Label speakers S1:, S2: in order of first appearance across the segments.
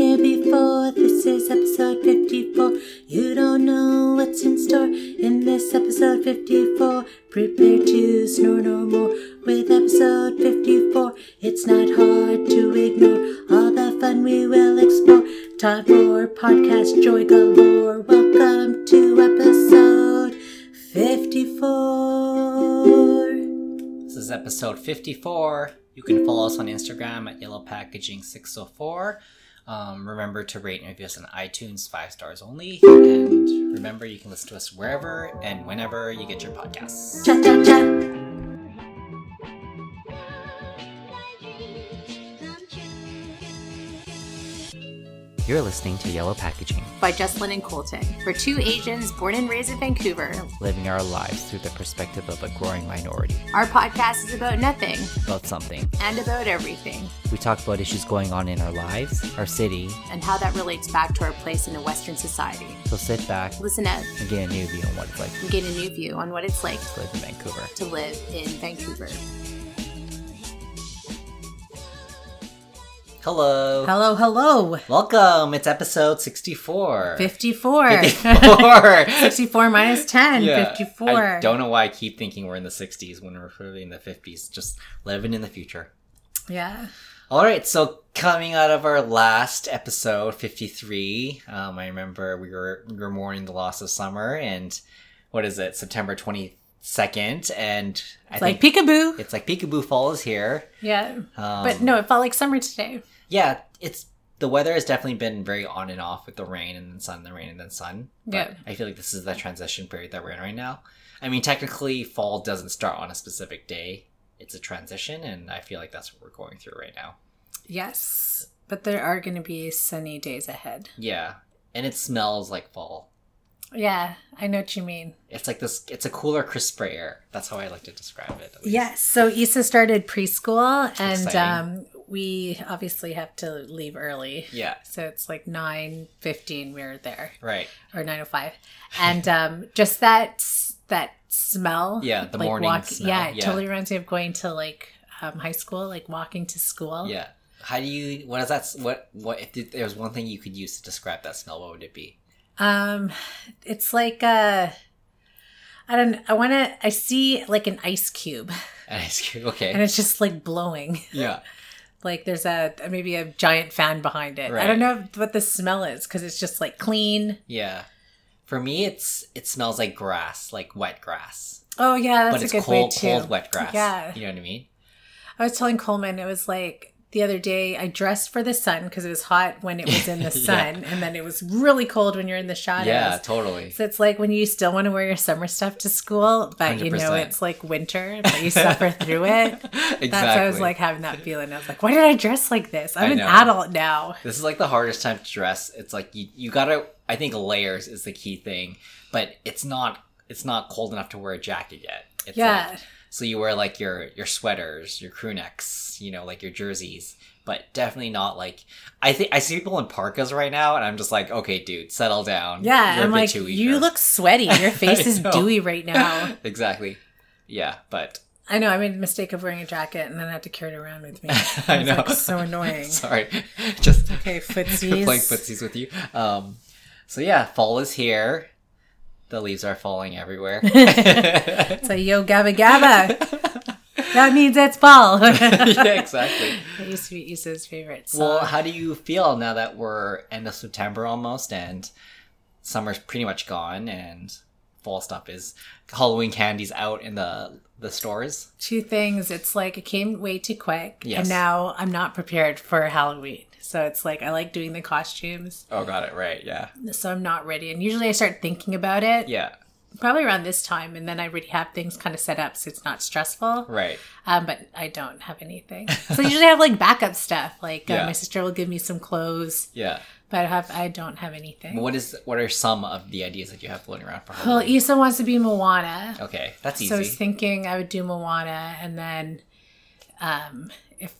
S1: 54. This is episode 54. You don't know what's in store in this episode 54. Prepare to snore no more with episode 54. It's not hard to ignore all the fun we will explore. Time for podcast joy galore. Welcome to episode 54.
S2: This is episode 54. You can follow us on Instagram at Yellow Packaging 604. Um, remember to rate and review us on iTunes, five stars only. And remember, you can listen to us wherever and whenever you get your podcasts.
S1: Cha cha cha.
S2: You're listening to Yellow Packaging,
S3: by Jesslyn and Colton. We're two Asians born and raised in Vancouver.
S2: living our lives through the perspective of a growing minority
S3: Our podcast is about nothing
S2: about something.
S3: and about everything,
S2: We talk about issues going on in our lives, our city.
S3: and how that relates back to our place in a Western society.
S2: So sit back
S3: Listen up
S2: and get a new view on what it's like
S3: and gain a new view on what it's like
S2: to live in Vancouver.
S3: to live in Vancouver.
S2: Hello.
S1: Hello, hello.
S2: Welcome. It's episode 64.
S1: 54.
S2: 54.
S1: 64 minus 10,
S2: Yeah,
S1: 54.
S2: I don't know why I keep thinking we're in the 60s when we're really in the 50s. Just living in the future.
S1: Yeah.
S2: All right, so coming out of our last episode, 53, um, I remember we were, we were mourning the loss of summer, and what is it, September 22nd? And I
S1: It's like peekaboo.
S2: it's like Peekaboo Fall is here.
S1: Yeah.
S2: Um,
S1: but no, it felt like summer today.
S2: yeah, it's the weather has definitely been very on and off with the rain and then sun, the rain and then sun. But
S1: Yeah.
S2: I feel like this is the transition period that we're in right now. I mean, technically, fall doesn't start on a specific day; it's a transition, and I feel like that's what we're going through right now.
S1: Yes. But there are going to be sunny days ahead.
S2: Yeah, and it smells like fall.
S1: Yeah, I know what you mean.
S2: It's like this. It's a cooler, crisper air. That's how I like to describe it. at least.
S1: Yes. So Issa started preschool, and
S2: Exciting.
S1: um, we obviously have to leave early.
S2: Yeah.
S1: So it's like 9.15 we were there,
S2: Right.
S1: or 9.05. And um, just that that smell.
S2: Yeah, the morning smell,
S1: Yeah, it
S2: yeah.
S1: totally reminds me of going to like um, high school, like walking to school.
S2: Yeah. How do you? What is that? s- What? What? If there was one thing you could use to describe that smell, what would it be?
S1: Um, it's like uh, I don't. I want to. I see like an ice cube,
S2: And I was like, okay.
S1: and it's just like blowing.
S2: yeah.
S1: Like there's a maybe a giant fan behind it. I
S2: Right.
S1: don't know what the smell is because it's just like clean.
S2: Yeah. For me, it's it smells like grass, like wet grass.
S1: Oh yeah,
S2: but
S1: that's a
S2: it's
S1: good way
S2: cold,
S1: too.
S2: cold, wet grass.
S1: Yeah.
S2: You know what I mean?
S1: I was telling Coleman it was like the other day I dressed for the sun because it was hot when it was in the
S2: Yeah.
S1: sun, and then it was really cold when you're in the shadows.
S2: yeah, totally.
S1: So it's like when you still want to wear your summer stuff to school, but you know
S2: 100%.
S1: it's like winter, but you suffer through it.
S2: exactly.
S1: That's why I was like having that feeling. I was like, why did I dress like this? I'm
S2: I
S1: an
S2: know.
S1: adult now.
S2: This is like the hardest time to dress. It's like you, you gotta I think layers is the key thing. But it's not it's not cold enough to wear a jacket yet. It's
S1: yeah.
S2: like- so you wear like your your sweaters, your crew necks, you know, like your jerseys. But definitely not like I think I see people in parkas right now, and I'm just like, okay, dude, settle down.
S1: yeah.
S2: um, You're a
S1: I'm
S2: bit
S1: like,
S2: too
S1: you
S2: eager."
S1: look sweaty. Your face is
S2: know.
S1: dewy right now.
S2: exactly. Yeah, but
S1: I know. I made the mistake of wearing a jacket and then I had to carry it around with me.
S2: I
S1: It's,
S2: know.
S1: Like, so annoying.
S2: Sorry, just
S1: Okay,
S2: we're
S1: footsies.
S2: playing footsies with you. Um, so yeah, fall is here. The leaves are falling everywhere. yeah,
S1: It's like, yo, gabba gabba. that means it's fall. that
S2: exactly.
S1: used to be Issa's favorite song.
S2: Well, how do you feel now that we're end of September almost, and summer's pretty much gone, and fall stuff is Halloween candies out in the the stores?
S1: two things. It's like it came way too quick, and
S2: Yes.
S1: now I'm not prepared for Halloween. So it's like I like doing the costumes,
S2: Oh, got it right. Yeah,
S1: so I'm not ready. And usually I start thinking about it
S2: yeah,
S1: probably around this time, and then I already have things kind of set up, so it's not stressful.
S2: right.
S1: Um, but I don't have anything, so usually I have like backup stuff. Like uh,
S2: Yeah.
S1: my sister will give me some clothes,
S2: Yeah.
S1: but I have I don't have anything.
S2: What is? What are some of the ideas that you have floating around for
S1: Well,
S2: Halloween?
S1: Issa wants to be Moana,
S2: okay, that's easy.
S1: so I was thinking I would do Moana, and then um, if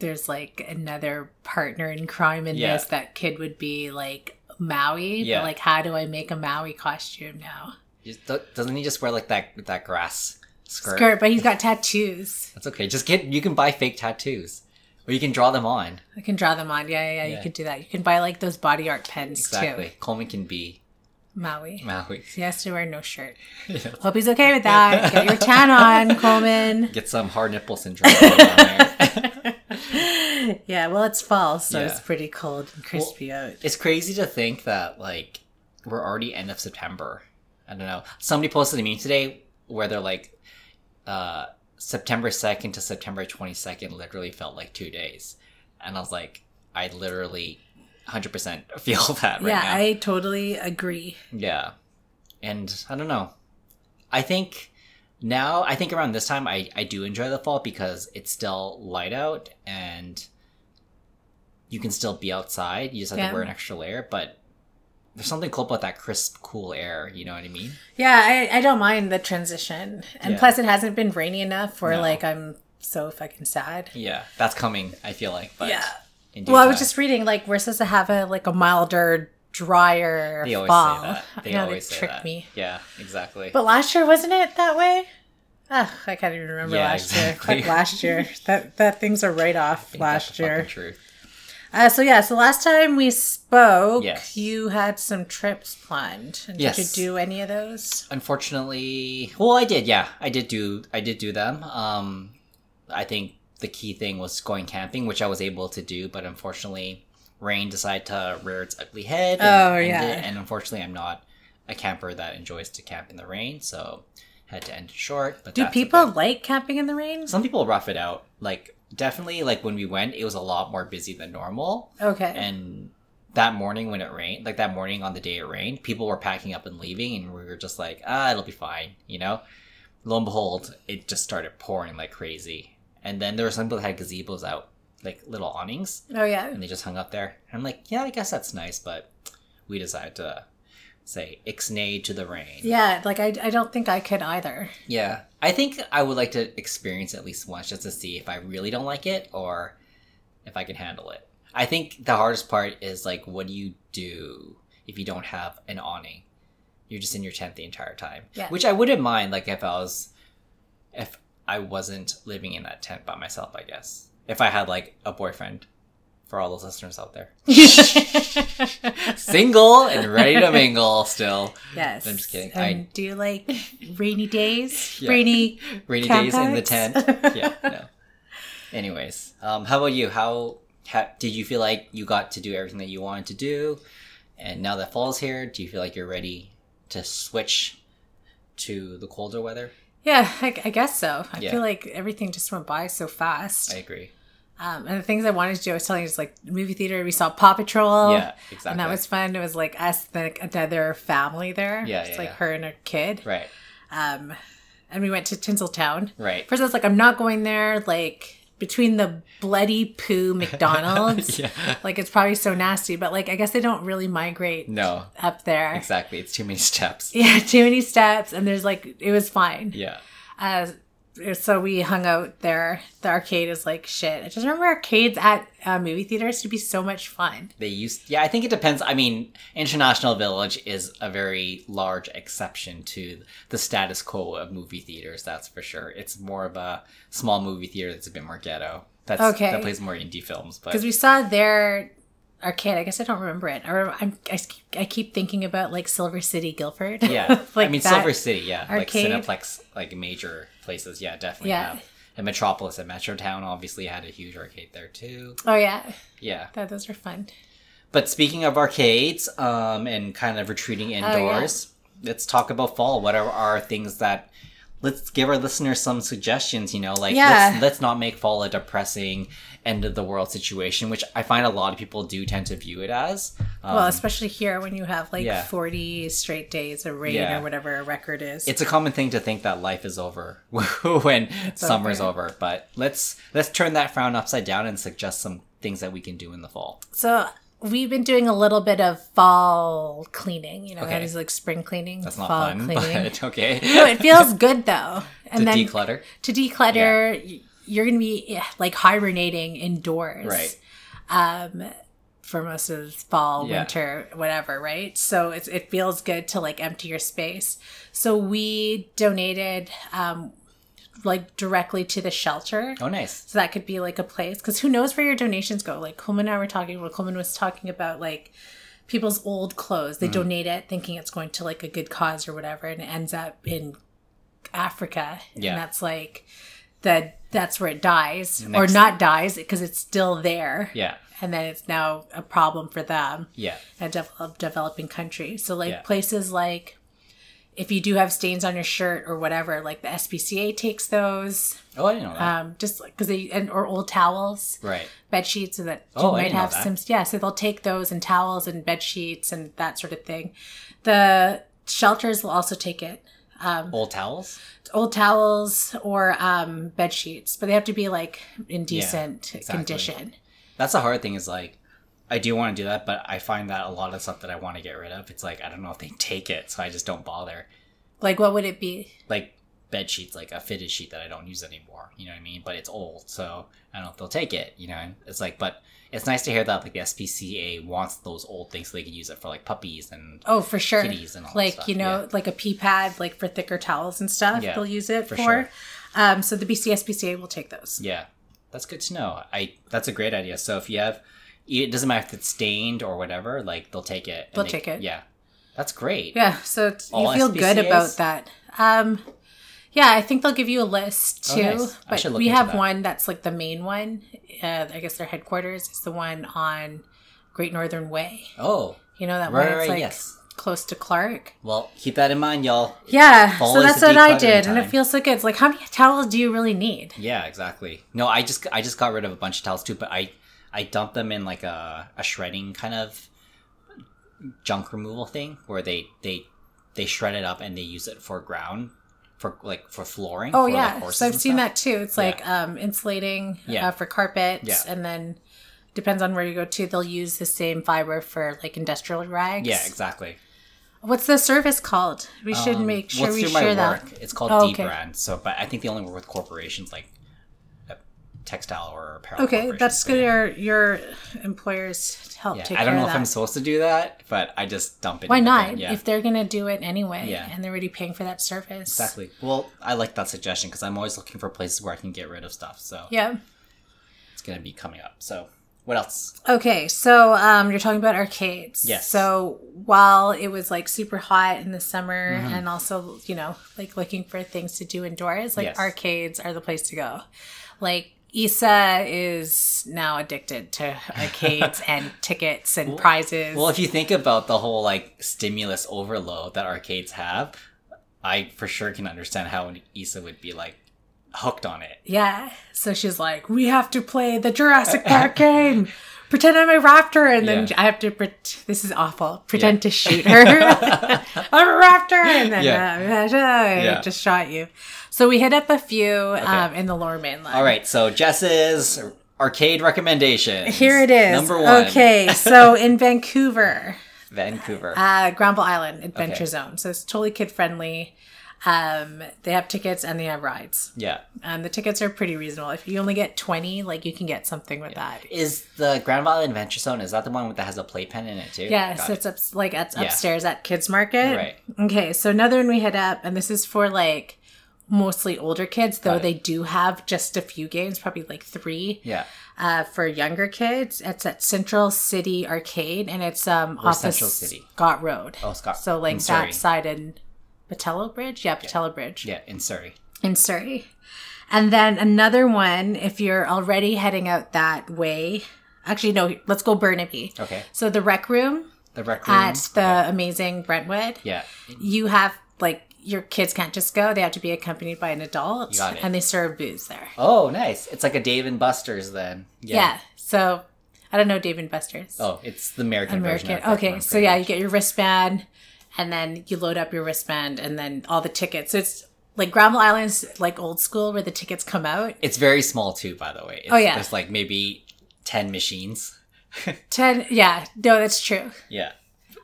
S1: there's like another partner in crime in
S2: Yeah.
S1: this, that kid would be like Maui.
S2: Yeah.
S1: But like, how do I make a Maui costume now?
S2: Just, do- doesn't he just wear like that that grass skirt?
S1: Skirt, but he's got tattoos.
S2: That's okay. Just get you can buy fake tattoos. Or you can draw them on.
S1: I can draw them on. Yeah, yeah, yeah. You
S2: Yeah.
S1: could do that. You can buy like those body art pens
S2: Exactly.
S1: too.
S2: Coleman can be
S1: Maui.
S2: Maui.
S1: He has to wear no shirt. Hope he's okay with that. Get your tan on, Coleman.
S2: Get some hard nipple syndrome going on there.
S1: Yeah, well, it's fall, so
S2: Yeah.
S1: it's pretty cold and crispy out.
S2: It's crazy to think that like we're already end of September. I don't know. Somebody posted to me today where they're like, uh, September second to September twenty second literally felt like two days, and I was like, I literally, hundred percent feel that right
S1: yeah,
S2: now.
S1: I totally agree.
S2: Yeah. And I don't know. I think now, I think around this time, I, I do enjoy the fall because it's still light out and you can still be outside. You just have
S1: Yeah.
S2: to wear an extra layer, but there's something cool about that crisp, cool air. You know what I mean?
S1: Yeah, I, I don't mind the transition. And
S2: Yeah.
S1: plus, it hasn't been rainy enough where
S2: No.
S1: like I'm so fucking sad.
S2: Yeah. That's coming, I feel like. But
S1: Yeah.
S2: in due
S1: Well, I was
S2: time.
S1: just reading like we're supposed to have a like a milder, drier
S2: They always
S1: fall.
S2: say that. They
S1: I know,
S2: always
S1: they
S2: say
S1: tricked
S2: that.
S1: me.
S2: Yeah, exactly.
S1: But last year wasn't it that way? Ugh, I can't even remember
S2: Yeah,
S1: last
S2: exactly.
S1: year. Fuck last year, that that thing's a write off
S2: I think that's
S1: last
S2: the fucking
S1: year.
S2: Truth.
S1: Uh, so yeah, so last time we spoke,
S2: Yes.
S1: you had some trips planned. And Did
S2: Yes.
S1: you do any of those?
S2: unfortunately well i did yeah i did do i did do them um i think the key thing was going camping which i was able to do but unfortunately rain decided to rear its ugly head and,
S1: Oh,
S2: end
S1: yeah.
S2: it, and unfortunately i'm not a camper that enjoys to camp in the rain so had to end it short but
S1: Do
S2: that's
S1: people
S2: okay.
S1: like camping in the rain?
S2: some people rough it out like definitely like when we went it was a lot more busy than normal
S1: Okay.
S2: and that morning when it rained, like that morning on the day it rained, people were packing up and leaving, and we were just like, ah, it'll be fine, you know? Lo and behold, it just started pouring like crazy. And then there were some people that had gazebos out, like little awnings,
S1: oh yeah.
S2: and they just hung up there. And I'm like, yeah, I guess that's nice, but we decided to say ixnay to the rain.
S1: Yeah, like I, I don't think I could either.
S2: Yeah. I think I would like to experience it at least once just to see if I really don't like it or if I can handle it. I think the hardest part is like what do you do if you don't have an awning? You're just in your tent the entire time.
S1: Yeah.
S2: Which I wouldn't mind like if I was if I wasn't living in that tent by myself, I guess. If I had like a boyfriend for all those listeners out there.
S1: yes.
S2: Single and ready to mingle still. I'm just kidding. I-
S1: And do you like rainy days?
S2: Yeah.
S1: Rainy
S2: rainy
S1: camp
S2: days in the tent.
S1: outs?
S2: yeah. No. Anyways, um, how about you? How, ha did you feel like you got to do everything that you wanted to do? And now that fall's here, do you feel like you're ready to switch to the colder weather?
S1: Yeah, I, I guess so. I
S2: Yeah.
S1: feel like everything just went by so fast.
S2: I agree.
S1: Um, and the things I wanted to do, I was telling you, is like movie theater. We saw Paw Patrol.
S2: yeah, exactly.
S1: Oh, And that was fun. It was like us, then like, another family there.
S2: Yeah,
S1: It's
S2: yeah,
S1: like
S2: yeah.
S1: her and her kid.
S2: right,
S1: Um, and we went to Tinseltown.
S2: right.
S1: First, I was like, I'm not going there. Like between the bloody poo McDonald's,
S2: yeah.
S1: like it's probably so nasty. But like, I guess they don't really migrate
S2: No,
S1: up there.
S2: exactly. It's too many steps.
S1: Yeah, too many steps, and there's like it was fine.
S2: Yeah,
S1: Uh, so we hung out there. The arcade is like shit. I just remember arcades at uh, movie theaters to be so much fun.
S2: they used. Yeah, I think it depends. I mean, International Village is a very large exception to the status quo of movie theaters. That's for sure. It's more of a small movie theater that's a bit more ghetto. That's
S1: Okay.
S2: That plays more indie films, but
S1: Because we saw their arcade. I guess I don't remember it. I remember, I'm, I, s- I keep thinking about like Silver City, Guilford.
S2: yeah,
S1: like
S2: I mean
S1: that.
S2: Silver City, yeah,
S1: arcade.
S2: like Cineplex, like major places, yeah, definitely
S1: Yeah.
S2: have. And Metropolis and Metrotown obviously had a huge arcade there too.
S1: Oh yeah,
S2: Yeah.
S1: Th- those are fun.
S2: But speaking of arcades um, and kind of
S1: Oh,
S2: retreating indoors, let's talk about fall. What are our things that let's give our listeners some suggestions? You know, like
S1: Yeah.
S2: let's, let's not make fall a depressing end of the world situation, which I find a lot of people do tend to view it as. Um,
S1: well, especially here when you have like
S2: yeah.
S1: 40 straight days of rain
S2: Yeah.
S1: or whatever a record is.
S2: it's a common thing to think that life is over when summer's over, but let's let's turn that frown upside down and suggest some things that we can do in the fall.
S1: so we've been doing a little bit of fall cleaning. You know, that
S2: Okay.
S1: is like spring cleaning.
S2: That's not
S1: fall
S2: fun,
S1: cleaning.
S2: but okay.
S1: no, it feels good though.
S2: to
S1: And then
S2: declutter,
S1: to declutter, y- you're going to be eh, like hibernating indoors.
S2: right?
S1: Um, for most of this fall,
S2: Yeah.
S1: winter, whatever, right? So it's, it feels good to like empty your space. So we donated um, like directly to the shelter.
S2: Oh, nice.
S1: So that could be like a place because who knows where your donations go? Like Coleman and I were talking. Well, Coleman was talking about like people's old clothes.
S2: Mm.
S1: They donate it thinking it's going to like a good cause or whatever, and it ends up in Africa.
S2: Yeah.
S1: and that's like that. That's where it dies
S2: Next-
S1: or not dies because it's still there.
S2: Yeah.
S1: And then it's now a problem for them
S2: Yeah.
S1: a develop, developing country. So like
S2: Yeah.
S1: places like if you do have stains on your shirt or whatever, like the SPCA takes those,
S2: Oh, I didn't know that.
S1: um, just because they and or old towels,
S2: right.
S1: bed sheets, and that
S2: Oh, I
S1: might
S2: didn't know
S1: have
S2: that.
S1: some. Yeah, so they'll take those and towels and bed sheets and that sort of thing. The shelters will also take it, um,
S2: Old towels.
S1: old towels or um, bed sheets, but they have to be like in decent
S2: exactly.
S1: condition.
S2: That's the hard thing. Is like, I do want to do that, but I find that a lot of stuff that I want to get rid of, it's like I don't know if they take it, so I just don't bother.
S1: Like what would it be?
S2: Like bed sheets, like a fitted sheet that I don't use anymore. You know what I mean? But it's old, so I don't know if they'll take it. You know, and it's like, but it's nice to hear that like the SPCA wants those old things so they can use it for like puppies and
S1: Oh, for sure.
S2: kitties and all that
S1: like
S2: stuff,
S1: you know,
S2: yeah.
S1: like a pee pad, like for thicker towels and stuff.
S2: Yeah,
S1: they'll use it
S2: for
S1: for.
S2: sure.
S1: Um, so the BCSPCA will take those.
S2: Yeah, that's good to know. I that's a great idea. So if you have, it doesn't matter if it's stained or whatever. Like they'll take it. and
S1: They'll
S2: they-
S1: take it.
S2: Yeah, that's great.
S1: Yeah, so it's, you
S2: All
S1: feel good
S2: SPCAs?
S1: about that. Um, yeah, I think they'll give you a list
S2: Oh,
S1: too.
S2: nice. I
S1: But
S2: should look
S1: we
S2: into
S1: have
S2: that.
S1: one that's like the main one. Uh, I guess their headquarters is the one on Great Northern Way.
S2: Oh,
S1: You know that
S2: Right,
S1: one? It's
S2: right,
S1: like
S2: yes.
S1: close to Clark.
S2: well, keep that in mind, y'all.
S1: Yeah,
S2: Fall
S1: so
S2: is
S1: that's
S2: the
S1: what I
S2: decluttering
S1: did,
S2: time.
S1: and it feels so good. It's like, how many towels do you really need?
S2: Yeah, exactly. No, I just I just got rid of a bunch of towels too, but I I dumped them in like a a shredding kind of junk removal thing where they they they shred it up and they use it for ground for like for flooring. for,
S1: Oh
S2: like,
S1: yeah,
S2: horses
S1: so I've
S2: and
S1: seen
S2: stuff.
S1: that too. It's
S2: Yeah.
S1: like um, insulating
S2: Yeah.
S1: uh, for carpets,
S2: Yeah.
S1: and then depends on where you go to, they'll use the same fiber for like industrial rags.
S2: Yeah, exactly.
S1: What's the service called? We should
S2: Um,
S1: make sure
S2: what's
S1: we
S2: through
S1: share
S2: my
S1: that.
S2: work. It's called
S1: Oh,
S2: D
S1: okay.
S2: brand. So, but I think they only work with corporations like uh, textile or apparel.
S1: Okay,
S2: corporations.
S1: that's
S2: So,
S1: good. Your your employers help
S2: Yeah,
S1: take
S2: I don't
S1: care
S2: know
S1: of
S2: if
S1: that.
S2: I'm supposed to do that, but I just dump it.
S1: Why
S2: in the bin.
S1: not?
S2: Yeah,
S1: If they're gonna do it anyway,
S2: Yeah.
S1: and they're already paying for that service,
S2: exactly. Well, I like that suggestion because I'm always looking for places where I can get rid of stuff. So
S1: Yeah.
S2: it's gonna be coming up. So what else?
S1: Okay, so um, you're talking about arcades.
S2: Yes.
S1: So while it was like super hot in the summer,
S2: Mm-hmm.
S1: and also you know like looking for things to do indoors, like
S2: Yes.
S1: arcades are the place to go. Like Issa is now addicted to arcades and tickets and prizes.
S2: Well, if you think about the whole like stimulus overload that arcades have, I for sure can understand how Issa would be like hooked on it.
S1: yeah. So she's like, we have to play the Jurassic Park game. Pretend I'm a raptor, and then
S2: Yeah.
S1: I have to. Pre- this is awful. Pretend to shoot her. I'm a raptor, and then
S2: Yeah.
S1: uh, I
S2: Yeah.
S1: just shot you. So we hit up a few um, in the lower mainland.
S2: All right, so Jess's arcade recommendation.
S1: here it is.
S2: Number one.
S1: Okay, so in Vancouver,
S2: Vancouver.
S1: uh, Granville Island Adventure
S2: Okay.
S1: Zone. So it's totally kid friendly. Um, they have tickets and they have rides.
S2: yeah.
S1: Um, the tickets are pretty reasonable. If you only get twenty, like you can get something with that.
S2: Is the Grand Valley Adventure Zone, is that the one that has a playpen in it too?
S1: Yeah,
S2: Got
S1: so
S2: it.
S1: it's up, like it's
S2: Yeah.
S1: upstairs at Kids Market.
S2: Right.
S1: Okay, so another one we hit up, and this is for like mostly older kids, though
S2: Got it.
S1: they do have just a few games, probably like three
S2: yeah.
S1: uh, for younger kids. It's at Central City Arcade, and it's um
S2: Where's
S1: off
S2: Central
S1: of
S2: City?
S1: Scott Road.
S2: Oh, Scott.
S1: so
S2: in
S1: like
S2: Surrey.
S1: that side in Patello Bridge, yeah, Patello Bridge
S2: Yeah, in Surrey.
S1: in Surrey. And then another one, if you're already heading out that way, actually no, let's go Burnaby.
S2: Okay.
S1: So the rec room
S2: The rec room.
S1: at the
S2: Okay.
S1: amazing Brentwood,
S2: Mm-hmm. Yeah.
S1: you have like your kids can't just go; they have to be accompanied by an adult,
S2: You got it.
S1: and they serve booze there.
S2: Oh, nice. It's like a Dave and Buster's then.
S1: Yeah. So I don't know Dave and Buster's.
S2: Oh, it's the American, version.
S1: American.
S2: of rec
S1: Okay.
S2: room,
S1: So
S2: pretty
S1: yeah, you
S2: much.
S1: get your wristband, and then you load up your wristband, and then all the tickets. So it's like Gravel Island's like old school where the tickets come out.
S2: It's very small too, by the way. It's,
S1: Oh, yeah.
S2: There's like maybe 10 machines.
S1: Ten. Yeah. No, that's true.
S2: Yeah.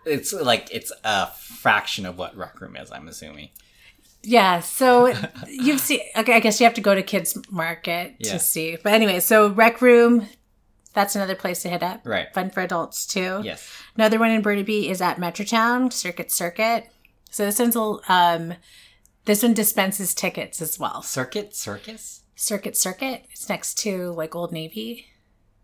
S2: It's like, it's a fraction of what rec room is, I'm assuming.
S1: Yeah, so you've seen. Okay, I guess you have to go to kids market
S2: Yeah.
S1: to see. But anyway, so rec room, that's another place to hit up.
S2: Right.
S1: fun for adults too.
S2: Yes.
S1: Another one in Burnaby is at Metrotown Circuit Circuit. So this one's a l- um, This one dispenses tickets as well.
S2: Circuit Circus?
S1: Circuit Circuit. It's next to like Old Navy.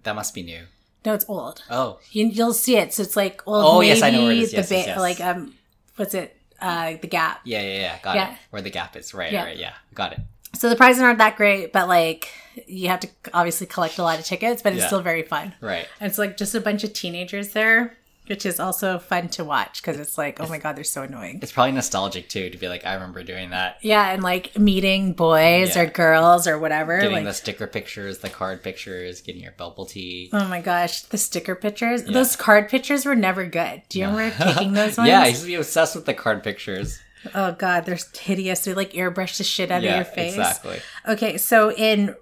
S2: That must be new.
S1: No, it's old.
S2: Oh,
S1: You, you'll see it. So it's like Old
S2: Oh,
S1: Navy.
S2: yes, I know where it is.
S1: the
S2: Yes, yes,
S1: ba-
S2: yes.
S1: Like um, what's it? Uh, the Gap.
S2: yeah, yeah, yeah. Got
S1: Yeah.
S2: it. Where the gap is. Right,
S1: Yeah.
S2: right, yeah. Got it.
S1: So the prizes aren't that great, but like you have to obviously collect a lot of tickets, but it's
S2: Yeah.
S1: still very fun.
S2: Right.
S1: And it's like just a bunch of teenagers there, which is also fun to watch because it's like, oh my god, they're so annoying.
S2: It's probably nostalgic too to be like, I remember doing that.
S1: Yeah, and like meeting boys
S2: Yeah.
S1: or girls or whatever.
S2: Getting
S1: like,
S2: the sticker pictures, the card pictures, getting your bubble tea.
S1: oh my gosh, the sticker pictures. Those card pictures were never good. Do you remember taking those ones?
S2: yeah, I used to be obsessed with the card pictures.
S1: Oh god, they're hideous. They like airbrush the shit out
S2: yeah,
S1: of your face.
S2: exactly.
S1: Okay, so in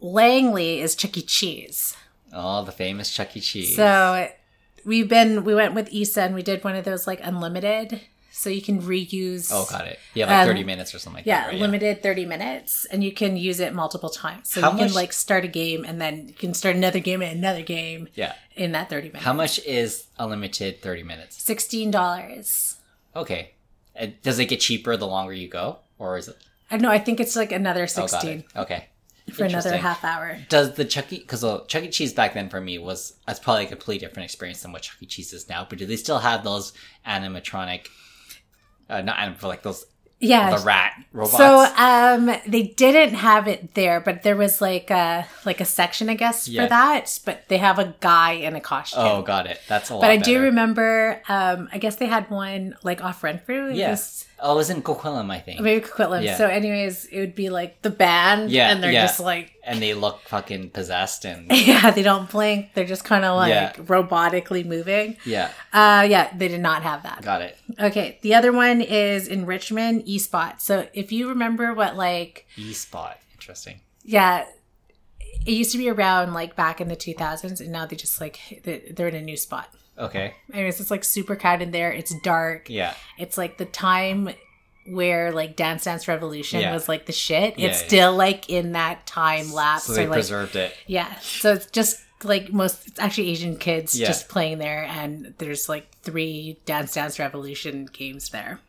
S1: Langley is Chuck E. Cheese.
S2: Oh, the famous Chuck E. Cheese.
S1: So we've been we went with Issa and we did one of those like unlimited, so you can reuse.
S2: oh, got it. Yeah, like
S1: Um,
S2: 30 minutes or something like
S1: Yeah,
S2: that. right?
S1: limited thirty minutes, and you can use it multiple times. So
S2: How
S1: you
S2: much-
S1: can like start a game, and then you can start another game and another game
S2: Yeah.
S1: in that thirty minutes.
S2: How much is unlimited 30 minutes?
S1: Sixteen dollars.
S2: Okay. Uh, Does it get cheaper the longer you go? Or is it?
S1: I know. I think it's like another
S2: Oh, got
S1: sixteen
S2: it. Okay.
S1: for another
S2: Interesting.
S1: half hour.
S2: Does the Chuck E. Because Chuck E. Cheese back then for me was that's probably a completely different experience than what Chuck E. Cheese is now. But do they still have those animatronic, uh, not anim- for like those
S1: Yeah.
S2: the rat robots?
S1: so um, they didn't have it there, but there was like a like a section, I guess,
S2: Yeah.
S1: for that. But they have a guy in a costume.
S2: oh, got it. That's a lot.
S1: But I do
S2: better.
S1: remember, um, I guess they had one like off Renfrew.
S2: Yeah.
S1: Yes.
S2: Oh, it was in Coquitlam, I think.
S1: Maybe Coquitlam.
S2: Yeah.
S1: So, anyways, it would be like the band.
S2: Yeah,
S1: And they're
S2: yeah.
S1: just like,
S2: And they look fucking possessed and
S1: yeah, they don't blink. They're just kind of like
S2: Yeah.
S1: robotically moving.
S2: yeah,
S1: Uh, yeah, they did not have that.
S2: got it.
S1: Okay. The other one is in Richmond, eSpot. So, if you remember what like,
S2: E spot, interesting.
S1: yeah, it used to be around like back in the 2000s, and now they just like, they- they're in a new spot.
S2: Okay,
S1: Anyways, it's like super crowded there. It's dark.
S2: yeah,
S1: it's like the time where like Dance Dance Revolution
S2: Yeah.
S1: was like the shit.
S2: Yeah,
S1: it's
S2: yeah.
S1: still like in that time lapse.
S2: so they
S1: or, like,
S2: preserved it.
S1: yeah. So it's just like most it's actually Asian kids
S2: Yeah.
S1: just playing there and there's like three Dance Dance Revolution games there.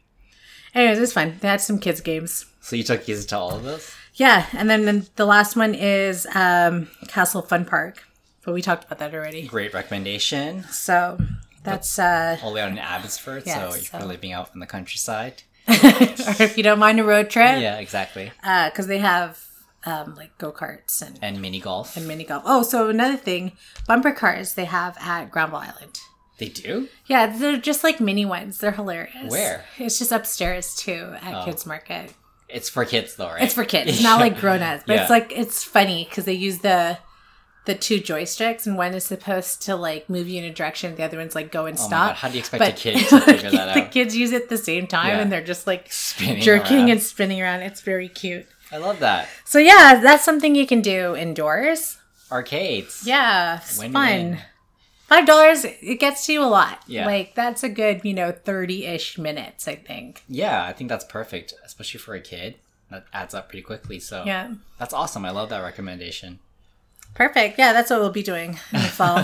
S1: Anyways, it was fun. They had some kids games.
S2: So you took keys to all of those.
S1: Yeah, and then then the last one is um, Castle Fun Park. But we talked about that already.
S2: Great recommendation.
S1: So that's uh
S2: Only out in Abbotsford,
S1: Yeah,
S2: so you're
S1: so-
S2: probably being out in the countryside.
S1: or if you don't mind a road trip.
S2: Yeah, exactly.
S1: because they have um, like go karts and,
S2: And mini golf.
S1: and mini golf. Oh, so another thing, bumper cars they have at Granville Island.
S2: they do.
S1: Yeah, they're just like mini ones. They're hilarious.
S2: Where? Oh.
S1: It's just upstairs too at Kids Market.
S2: It's for kids though, right?
S1: It's for kids, not like grown ups. But
S2: Yeah.
S1: it's like it's funny because they use the the two joysticks, and one is supposed to like move you in a direction, the other one's like go and
S2: Oh my God,
S1: stop.
S2: how do you expect
S1: But
S2: a kid to figure that
S1: the
S2: out?
S1: kids use it at the same time,
S2: Yeah.
S1: and they're just like
S2: Spinning
S1: jerking
S2: around.
S1: and spinning around. It's very cute.
S2: I love that
S1: So yeah, that's something you can do indoors.
S2: arcades.
S1: Yeah, it's
S2: Win-win.
S1: fun. Five dollars, it gets you a lot.
S2: Yeah.
S1: Like that's a good, you know, thirty-ish minutes, I think.
S2: Yeah, I think that's perfect, especially for a kid. That adds up pretty quickly. So
S1: Yeah.
S2: that's awesome. I love that recommendation.
S1: Perfect. Yeah, that's what we'll be doing in the fall.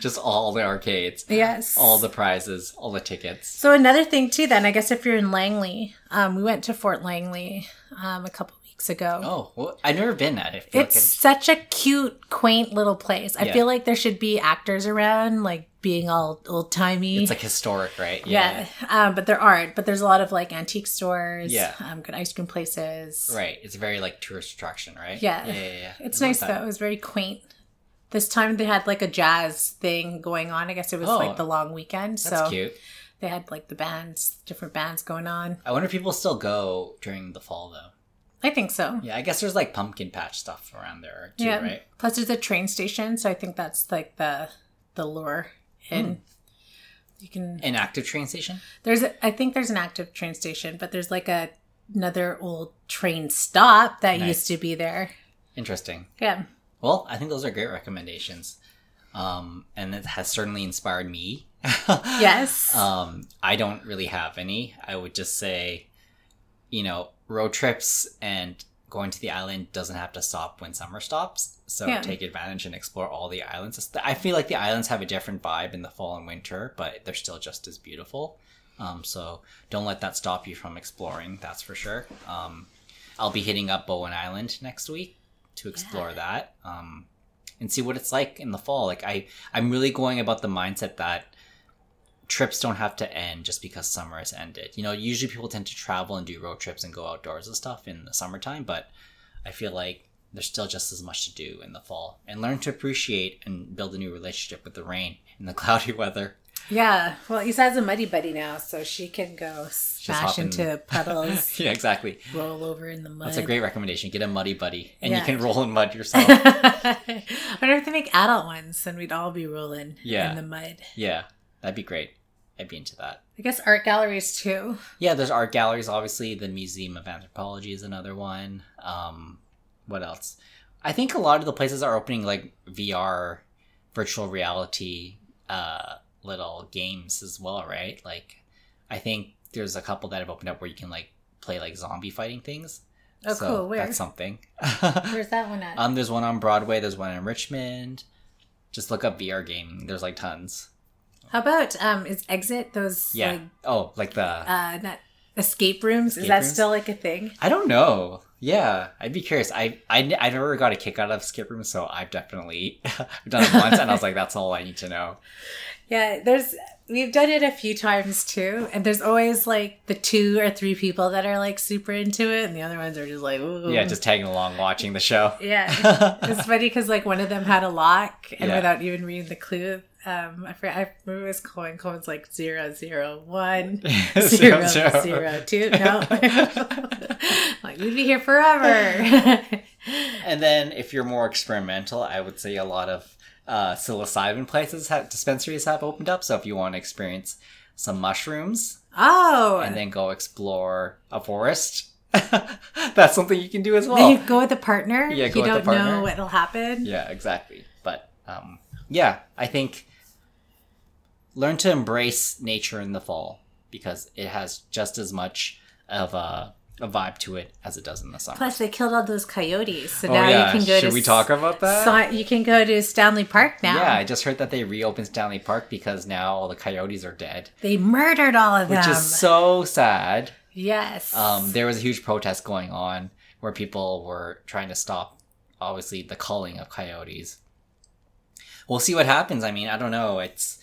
S2: Just all the arcades,
S1: yes.
S2: all the prizes, all the tickets.
S1: so another thing too, then I guess if you're in Langley, um, we went to Fort Langley um, a couple weeks ago.
S2: Oh, well, I've never been at it. I feel like
S1: It's such a cute, quaint little place. I
S2: Yeah.
S1: feel like there should be actors around, like being all old timey.
S2: it- it's like historic, right?
S1: Yeah, Um, but there aren't. But there's a lot of like antique stores.
S2: Yeah.
S1: um, good ice cream places.
S2: Right. It's very like tourist attraction, right?
S1: Yeah.
S2: Yeah, yeah, yeah.
S1: It's
S2: I love
S1: nice
S2: that.
S1: though. It was very quaint. This time they had like a jazz thing going on. I guess it was
S2: Oh.
S1: like the long weekend,
S2: That's
S1: so
S2: cute.
S1: they had like the bands, different bands going on.
S2: I wonder if people still go during the fall though.
S1: I think so.
S2: Yeah, I guess there's like pumpkin patch stuff around there too, right?
S1: Plus, there's a train station, so I think that's like the the lure.
S2: Hmm.
S1: And you can
S2: An active train station?
S1: there's a, I think there's an active train station, but there's like a another old train stop that
S2: Nice.
S1: used to be there.
S2: Interesting.
S1: Yeah.
S2: Well, I think those are great recommendations. Um, and it has certainly inspired me.
S1: Yes.
S2: Um, I don't really have any. I would just say, you know, road trips and going to the island doesn't have to stop when summer stops. So
S1: Yeah.
S2: take advantage and explore all the islands. It's- I feel like the islands have a different vibe in the fall and winter, but they're still just as beautiful. Um, so don't let that stop you from exploring. That's for sure. Um, I'll be hitting up Bowen Island next week to explore that um, and see what it's like in the fall. Like I, I'm really going about the mindset that trips don't have to end just because summer has ended. You know, usually people tend to travel and do road trips and go outdoors and stuff in the summertime, but I feel like there's still just as much to do in the fall and learn to appreciate and build a new relationship with the rain and the cloudy weather.
S1: Yeah. Well, Isa's a muddy buddy now, so she can go smash
S2: hop in.
S1: into puddles,
S2: yeah, exactly.
S1: roll over in the mud.
S2: That's a great recommendation. Get a muddy buddy, and you
S1: Yeah.
S2: can roll in mud yourself.
S1: I wonder if they make adult ones, and we'd all be rolling
S2: Yeah.
S1: in the mud.
S2: yeah, that'd be great. I'd be into that.
S1: I guess art galleries too.
S2: Yeah, there's art galleries. Obviously, the Museum of Anthropology is another one. Um, what else? I think a lot of the places are opening like VR, virtual reality, uh, little games as well, right? Like, I think there's a couple that have opened up where you can like play like zombie fighting things.
S1: Oh, cool. Where?
S2: That's something.
S1: Where's that one at?
S2: Um, there's one on Broadway. There's one in Richmond. Just look up VR gaming. There's like tons.
S1: How about um, is exit those
S2: Yeah.
S1: like
S2: oh, like the.
S1: uh, not escape rooms? is
S2: Escape
S1: that
S2: rooms?
S1: still like a thing?
S2: I don't know. Yeah, I'd be curious. I, I n- I never got a kick out of escape room, so I've definitely done it once, and I was like, that's all I need to know.
S1: Yeah, there's we've done it a few times too, and there's always like the two or three people that are like super into it, and the other ones are just like, Ooh.
S2: Yeah, just tagging along, watching the show.
S1: yeah.
S2: yeah,
S1: It's funny because like one of them had a lock, and
S2: Yeah.
S1: without even reading the clue, um, I forget. I remember it was Cohen. Cohen's like zero zero one
S2: Zero,
S1: zero
S2: zero.
S1: zero two. No, like you'd be here forever.
S2: And then if you're more experimental, I would say a lot of uh, psilocybin places have dispensaries have opened up. So if you want to experience some mushrooms
S1: oh,
S2: and
S1: then,
S2: then go explore a forest, that's something you can do as well.
S1: you go with a partner.
S2: Yeah, go
S1: you
S2: with a
S1: don't
S2: partner.
S1: know what'll happen.
S2: Yeah, exactly. But um, yeah, I think learn to embrace nature in the fall because it has just as much of a, a vibe to it as it does in the summer.
S1: Plus, they killed all those coyotes, so
S2: oh
S1: now
S2: yeah,
S1: you can go
S2: should
S1: to
S2: we talk about that?
S1: So you can go to Stanley Park now.
S2: Yeah, I just heard that they reopened Stanley Park because now all the coyotes are dead,
S1: They murdered all of them.
S2: which is so sad.
S1: yes.
S2: Um, there was a huge protest going on where people were trying to stop, obviously, the culling of coyotes. We'll see what happens. I mean, I don't know. It's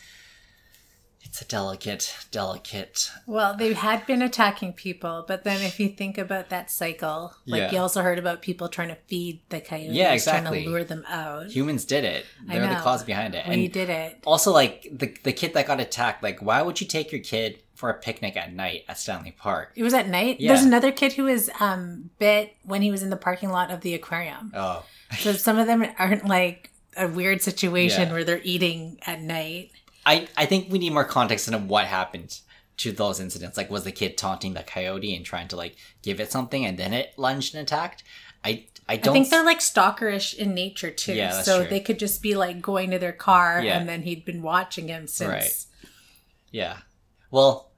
S2: it's a delicate, delicate.
S1: Well, they had been attacking people, but then if you think about that cycle, like
S2: Yeah.
S1: you also heard about people trying to feed the coyotes,
S2: Yeah,
S1: trying
S2: exactly.
S1: to lure them out.
S2: Humans did it.
S1: I
S2: They're the
S1: know.
S2: cause behind it.
S1: we
S2: And
S1: did it.
S2: also, like the the kid that got attacked. Like, why would you take your kid for a picnic at night at Stanley Park?
S1: It was at night.
S2: Yeah.
S1: There's another kid who was um, bit when he was in the parking lot of the aquarium.
S2: Oh,
S1: So some of them aren't like a weird situation
S2: Yeah.
S1: where they're eating at night.
S2: I I think we need more context into what happened to those incidents. Like, was the kid taunting the coyote and trying to like give it something, and then it lunged and attacked? I I
S1: I
S2: don't
S1: think they're like stalkerish in nature too.
S2: Yeah, that's
S1: so
S2: true.
S1: they could just be like going to their car
S2: Yeah.
S1: and then he'd been watching him
S2: Right.
S1: since
S2: Yeah. Well,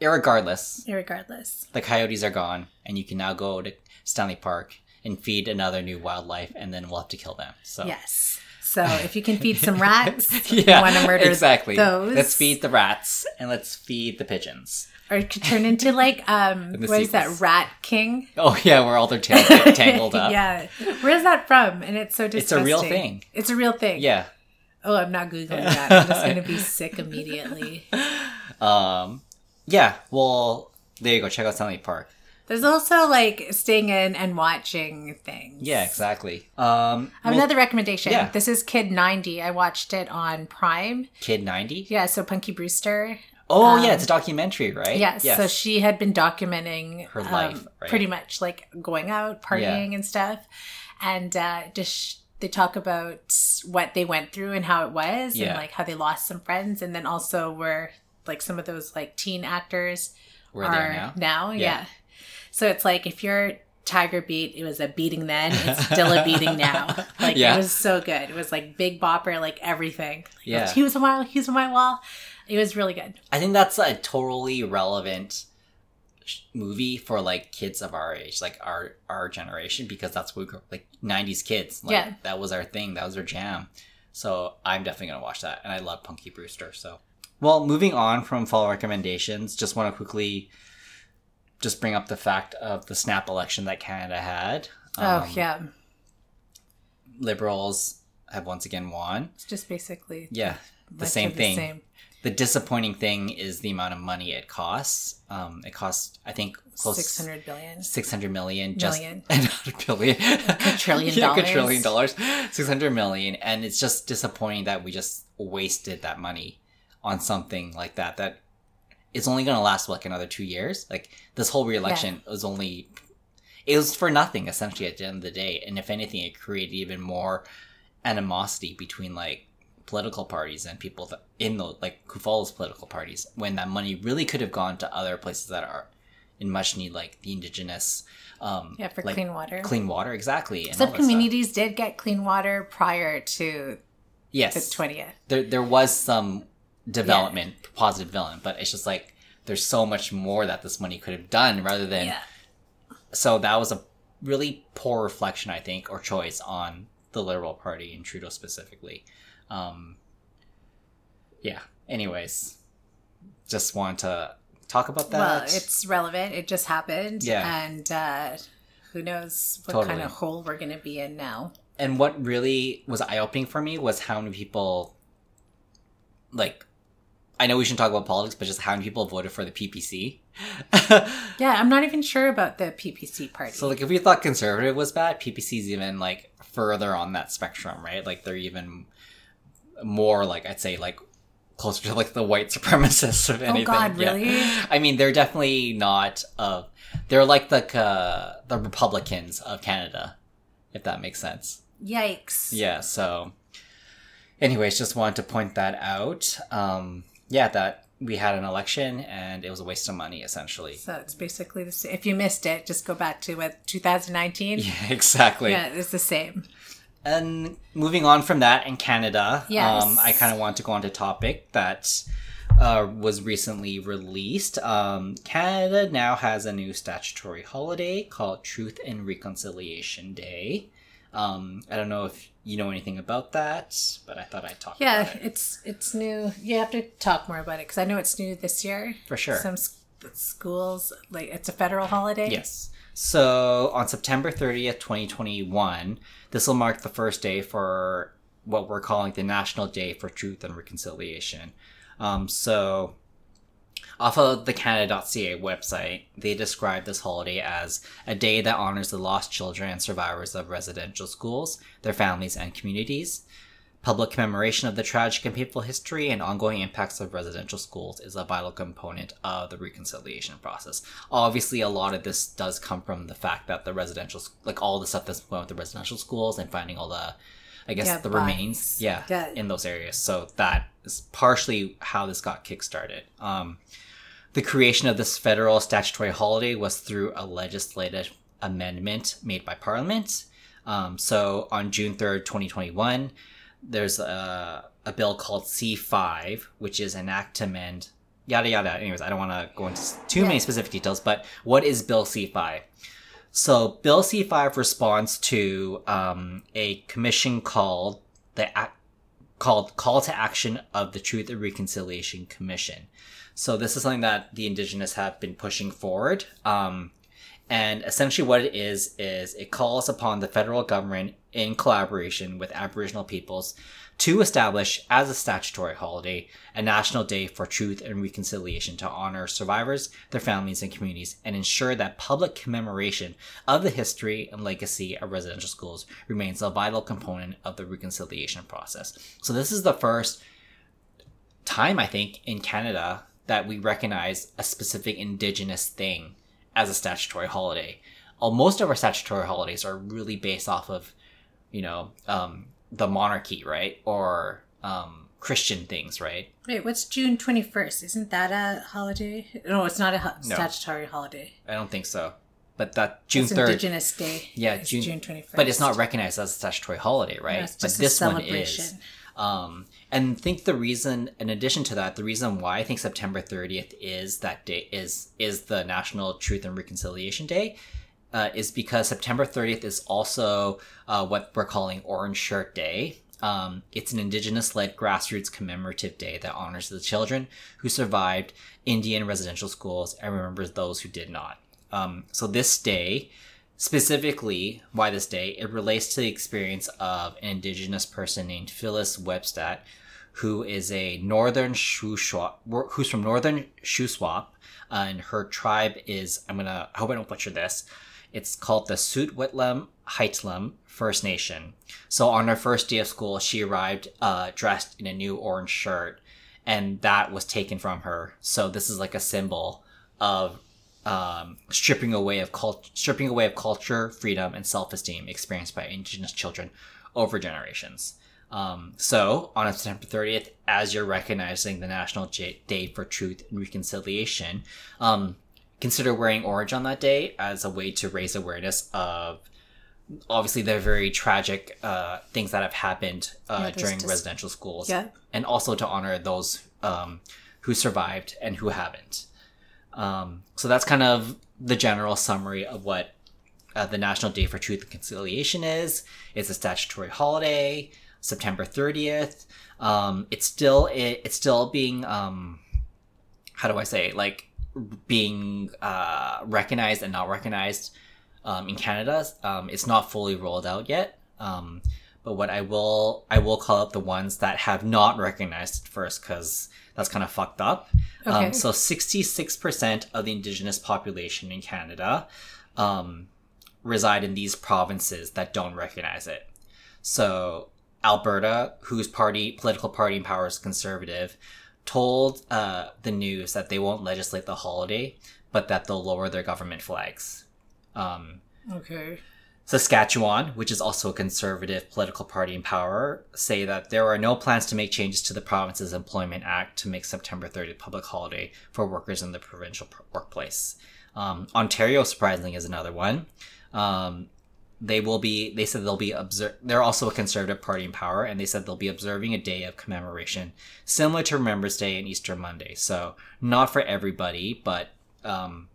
S2: irregardless,
S1: regardless.
S2: the coyotes are gone, and you can now go to Stanley Park and feed another new wildlife, and then we'll have to kill them. So
S1: Yes. So if you can feed some rats,
S2: Oh. yeah,
S1: want to murder
S2: exactly.
S1: those.
S2: Let's feed the rats and let's feed the pigeons.
S1: or it could turn into like um
S2: In the
S1: what is that
S2: sequels.
S1: rat king?
S2: Oh yeah, where all their tails get tangled up.
S1: yeah. Where is that from? And it's so
S2: It's
S1: disgusting.
S2: a real thing.
S1: It's a real thing.
S2: Yeah.
S1: Oh, I'm not googling that. I'm just going to be sick immediately.
S2: Um. Yeah. Well, there you go. Check out Stanley Park.
S1: There's also like staying in and watching things.
S2: Yeah, exactly. Um. well,
S1: Another recommendation.
S2: Yeah.
S1: This is Kid 90. I watched it on Prime.
S2: Kid ninety.
S1: Yeah, so Punky Brewster.
S2: Oh
S1: Um,
S2: yeah, it's a documentary, right?
S1: Yes, so she had been documenting
S2: Eh, Her
S1: um,
S2: life, right?
S1: pretty much like going out, partying, and stuff. And uh, just sh- they talk about what they went through and how it was,
S2: Yeah.
S1: and like how they lost some friends, and then also where like some of those like teen actors
S2: We're
S1: are
S2: there now.
S1: yeah.
S2: Yeah.
S1: So it's like if you're Tiger beat, it was a beating then, it's still a beating now. Like
S2: Yeah.
S1: it was so good. It was like Big Bopper, like everything. Like,
S2: Yeah.
S1: he was on my he was on my wall. It was really good.
S2: I think that's a totally relevant sh- movie for like kids of our age, like our our generation, because that's what we grew like '90s kids. Like,
S1: Yeah.
S2: that was our thing. That was our jam. So I'm definitely gonna watch that, and I love Punky Brewster. So Well, moving on from fall recommendations, just want to quickly just bring up the fact of the snap election that Canada had.
S1: oh
S2: Um,
S1: yeah,
S2: Liberals have once again won.
S1: it's just basically
S2: Yeah, the
S1: much
S2: same
S1: of
S2: thing. The disappointing thing is the amount of money it costs. Um, it costs, I think, close
S1: Six hundred billion.
S2: 600 million just
S1: Million.
S2: not a billion
S1: trillion
S2: Yeah, like a
S1: dollars.
S2: trillion dollars 600 million and it's just disappointing that we just wasted that money on something like that that it's only going to last like another two years like this whole reelection was only it was for nothing essentially at the end of the day and if anything it created even more animosity between like political parties and people that in the like who follows political parties when that money really could have gone to other places that are in much need like the indigenous um
S1: Yeah, for
S2: like,
S1: clean water.
S2: clean water exactly and all
S1: Some
S2: that stuff.
S1: communities did get clean water prior to the
S2: yes
S1: twentieth.
S2: there, there was some development positive development but it's just like there's so much more that this money could have done rather than
S1: Yeah.
S2: so that was a really poor reflection i think or choice on the liberal party and trudeau specifically um yeah anyways just want to talk about that
S1: Well, it's relevant. It just happened.
S2: Yeah.
S1: And uh, who knows what
S2: Totally.
S1: kind of hole we're going to be in now.
S2: and what really was eye-opening for me was how many people like i know we shouldn't talk about politics but just how many people voted for the ppc
S1: Yeah, I'm not even sure about the PPC party.
S2: so like if we thought conservative was bad ppc's even like further on that spectrum right like they're even more like i'd say like closer to like the white supremacists of anything
S1: Oh, God,
S2: Yeah.
S1: really?
S2: i mean they're definitely not uh they're like the uh, the republicans of canada if that makes sense
S1: Yikes.
S2: yeah so anyways just wanted to point that out um yeah that we had an election and it was a waste of money essentially
S1: So it's basically the same. If you missed it, just go back to what 2019. Yeah,
S2: yeah exactly
S1: it's the same.
S2: and moving on from that in canada
S1: Yes.
S2: um i kind of want to go on to a topic that uh, was recently released. Um, Canada now has a new statutory holiday called Truth and Reconciliation Day. Um, I don't know if you know anything about that, but I thought I'd talk
S1: Yeah,
S2: about it
S1: it's it's new. You have to talk more about it because I know it's new this year.
S2: for sure.
S1: Some s- schools like it's a federal holiday.
S2: Yes. So on September 30th, 2021, this will mark the first day for what we're calling the National Day for Truth and Reconciliation. Um, so, off of the Canada.ca website, they describe this holiday as a day that honors the lost children and survivors of residential schools, their families, and communities. Public commemoration of the tragic and painful history and ongoing impacts of residential schools is a vital component of the reconciliation process. Obviously, a lot of this does come from the fact that the residential, like all the stuff that's going on with the residential schools and finding all the, I guess,
S1: Yeah,
S2: the
S1: bodies.
S2: remains, yeah,
S1: Yeah.
S2: in those areas. So that is partially how this got kickstarted. Um, the creation of this federal statutory holiday was through a legislative amendment made by Parliament. Um, so on June 3rd, 2021, there's a, a bill called C5, which is an act to amend yada yada. Anyways, I don't want to go into s- too many
S1: Yeah.
S2: specific details, but what is Bill C5? So Bill C5 responds to um, a commission called the Ac- called Call to Action of the Truth and Reconciliation Commission. So this is something that the indigenous have been pushing forward. Um, and essentially, what it is is it calls upon the federal government in collaboration with Aboriginal peoples to establish, as a statutory holiday, a national day for truth and reconciliation to honor survivors, their families, and communities, and ensure that public commemoration of the history and legacy of residential schools remains a vital component of the reconciliation process. So, this is the first time, I think, in Canada that we recognize a specific Indigenous thing as a statutory holiday. Uh, Most of our statutory holidays are really based off of, you know, um, the monarchy, right? Or um, Christian things, right?
S1: Wait, what's June 21st? Isn't that a holiday? No, it's not a ho-
S2: No.
S1: statutory holiday.
S2: I don't think so. But that June
S1: it's
S2: 3rd.
S1: Indigenous Day.
S2: Yeah,
S1: It's
S2: June-
S1: June, 21st.
S2: But it's not recognized as a statutory holiday, right?
S1: No, it's
S2: but
S1: just a
S2: this one is.
S1: celebration.
S2: Um, and think the reason, in addition to that, the reason why I think September 30th is that day is is the National Truth and Reconciliation Day, uh, is because September 30th is also uh, what we're calling Orange Shirt Day, Um, it's an indigenous led grassroots commemorative day that honors the children who survived Indian residential schools and remembers those who did not. Um, so, this day, specifically, why this day? It relates to the experience of an indigenous person named Phyllis Webstat, who is a northern Shuswap, who's from northern Shuswap, uh, and her tribe is, I'm gonna, I hope I don't butcher this, it's called the Sutwitlam Heitlem First Nation. So on her first day of school, she arrived uh, dressed in a new orange shirt, and that was taken from her. So this is like a symbol of um, stripping away of cult- stripping away of culture, freedom, and self esteem experienced by Indigenous children over generations. Um, so on September 30th, as you're recognizing the National J- Day for Truth and Reconciliation, um, consider wearing orange on that day as a way to raise awareness of obviously the very tragic uh, things that have happened
S1: Yeah,
S2: uh,
S1: there's
S2: during
S1: just-
S2: residential schools
S1: Yeah.
S2: and also to honor those um, who survived and who haven't um, so that's kind of the general summary of what uh, the national day for truth and conciliation is it's a statutory holiday september 30th um, it's still it, it's still being um, how do I say like being uh, recognized and not recognized um, in Canada. Um, it's not fully rolled out yet. Um, but what I will I will call out the ones that have not recognized it first because that's kind of fucked up.
S1: Okay.
S2: Um, so sixty six percent of the Indigenous population in Canada um, reside in these provinces that don't recognize it. So Alberta, whose party political party in power is conservative, told uh, the news that they won't legislate the holiday, but that they'll lower their government flags. Um,
S1: Okay.
S2: Saskatchewan, which is also a conservative political party in power, say that there are no plans to make changes to the province's Employment Act to make September 30th a public holiday for workers in the provincial pr- workplace. Um, Ontario, surprisingly, is another one. Um, they will be. They said they'll be observe. They're also a conservative party in power, and they said they'll be observing a day of commemoration similar to Remembrance Day and Easter Monday. So not for everybody, but um,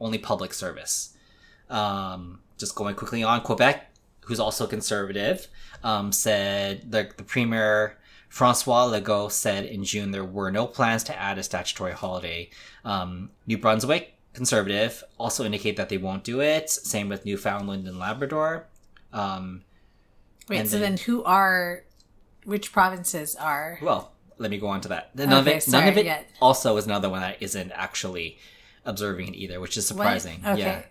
S2: only public service. Um, just going quickly on, Quebec, who's also conservative, um, said the, the premier Francois Legault said in June there were no plans to add a statutory holiday. Um, New Brunswick, conservative, also indicate that they won't do it. Same with Newfoundland and Labrador. Um,
S1: Wait,
S2: And
S1: so
S2: then-
S1: then who are which provinces are
S2: well, let me go on to that. None of
S1: Okay,
S2: it, none of
S1: sorry,
S2: it
S1: yeah.
S2: also is another one that isn't actually observing it either, which is
S1: What?
S2: surprising.
S1: Okay.
S2: Yeah.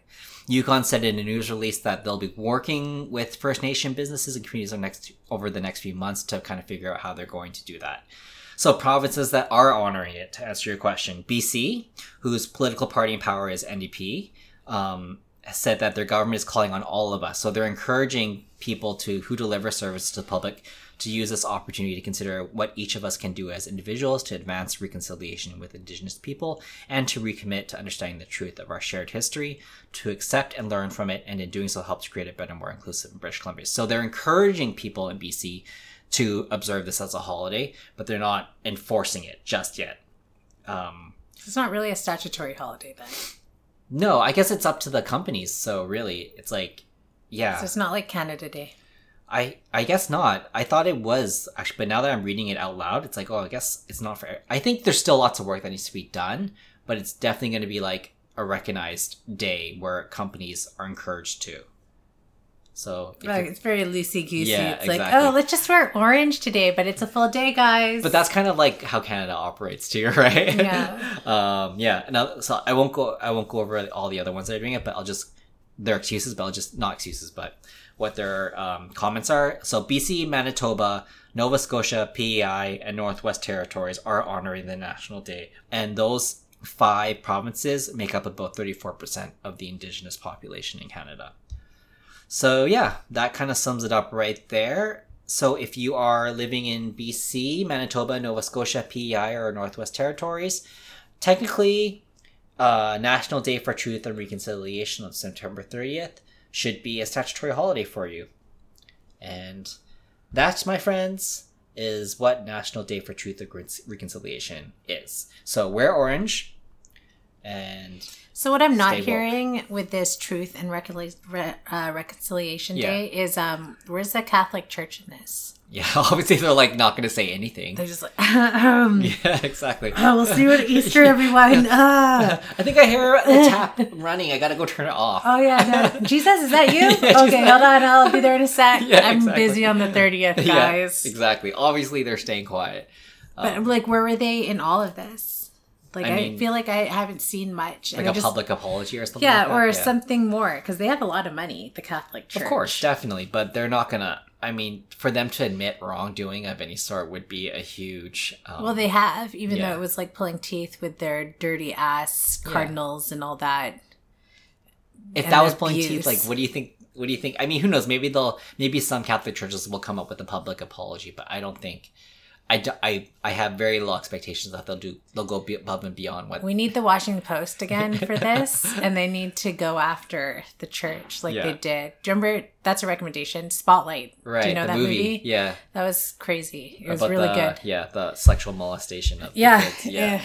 S2: Yukon said in a news release that they'll be working with First Nation businesses and communities over, next, over the next few months to kind of figure out how they're going to do that. So provinces that are honoring it, to answer your question, BC, whose political party in power is NDP, um, has said that their government is calling on all of us. So they're encouraging people to who deliver service to the public to use this opportunity to consider what each of us can do as individuals to advance reconciliation with Indigenous people and to recommit to understanding the truth of our shared history, to accept and learn from it, and in doing so helps create a better, more inclusive British Columbia. So they're encouraging people in BC to observe this as a holiday, but they're not enforcing it just yet. Um,
S1: It's not really a statutory holiday then.
S2: no, I guess it's up to the companies. So really, it's like, yeah,
S1: So it's not like Canada Day.
S2: I I guess not. I thought it was actually, but now that I'm reading it out loud, it's like, oh, I guess it's not fair. I think there's still lots of work that needs to be done, but it's definitely going to be like a recognized day where companies are encouraged to. So, if
S1: Like,
S2: you're-
S1: it's very loosey goosey.
S2: Yeah,
S1: it's like,
S2: exactly.
S1: oh, let's just wear orange today, but it's a full day, guys.
S2: but that's kind of like how Canada operates too, right?
S1: Yeah.
S2: um. Yeah. And I- so I won't go. I won't go over all the other ones that are doing it, but I'll just their excuses, but I'll just not excuses, but what their um, comments are. So BC, Manitoba, Nova Scotia, PEI, and Northwest Territories are honoring the National Day, and those five provinces make up about thirty-four percent of the Indigenous population in Canada. So yeah, that kind of sums it up right there. So if you are living in BC, Manitoba, Nova Scotia, PEI, or Northwest Territories, technically, uh, National Day for Truth and Reconciliation on September 30th should be a statutory holiday for you. And that, my friends, is what National Day for Truth and Recon- Reconciliation is. So wear orange, and
S1: So what I'm not
S2: Stay woke.
S1: hearing with this Truth and Recoli- Re- uh, Reconciliation
S2: Yeah.
S1: Day is um, where's the Catholic Church in this?
S2: yeah, obviously they're like not going to say anything.
S1: They're just like, um,
S2: Yeah, exactly.
S1: oh, we'll see you at Easter, everyone. Ah.
S2: I think I hear a tap running. I gotta go turn it off.
S1: Oh yeah, no. Jesus, is that you?
S2: Yeah,
S1: okay, hold on, I'll be there in a sec.
S2: Yeah,
S1: I'm
S2: exactly.
S1: busy on the 30th, guys.
S2: Yeah, exactly. Obviously, they're staying quiet.
S1: But like, where were they in all of this? Like,
S2: I
S1: I,
S2: mean-
S1: feel like I haven't seen much.
S2: Like
S1: I
S2: a public apology or something.
S1: yeah,
S2: like that.
S1: or something more because they have a lot of money. The Catholic Church,
S2: Of course, definitely. But they're not gonna. I mean, for them to admit wrongdoing of any sort would be a huge. Um,
S1: Well, they have, even
S2: Yeah.
S1: though it was like pulling teeth with their dirty ass cardinals and all that.
S2: if
S1: and
S2: that was pulling teeth,
S1: abuse.
S2: like, what do you think? What do you think? I mean, who knows? Maybe they'll. Maybe some Catholic churches will come up with a public apology, but I don't think. I, d- I, I have very low expectations that they'll do. They'll go be- above and beyond what
S1: We need the Washington Post again for this, and they need to go after the church like
S2: Yeah.
S1: they did. Do you remember? That's a recommendation. Spotlight.
S2: right
S1: Do you know
S2: the
S1: that movie?
S2: Yeah,
S1: That was crazy. It was
S2: about
S1: really
S2: the,
S1: good.
S2: Yeah, the sexual molestation of the
S1: Yeah.
S2: kids. yeah.
S1: eh,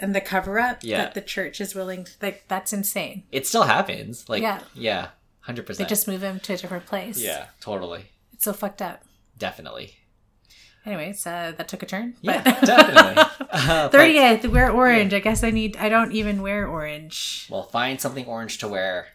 S1: And the cover up
S2: Yeah.
S1: that the church is willing to, like, that's insane.
S2: It still happens. Like
S1: Yeah.
S2: yeah, hundred
S1: They
S2: percent.
S1: just move him to a different place.
S2: yeah, totally,
S1: It's so fucked up.
S2: definitely.
S1: Anyways, uh, that took a turn.
S2: Yeah,
S1: but-
S2: definitely. Uh, but-
S1: 30th, wear orange. I guess I need, I don't even wear orange.
S2: Well, find something orange to wear.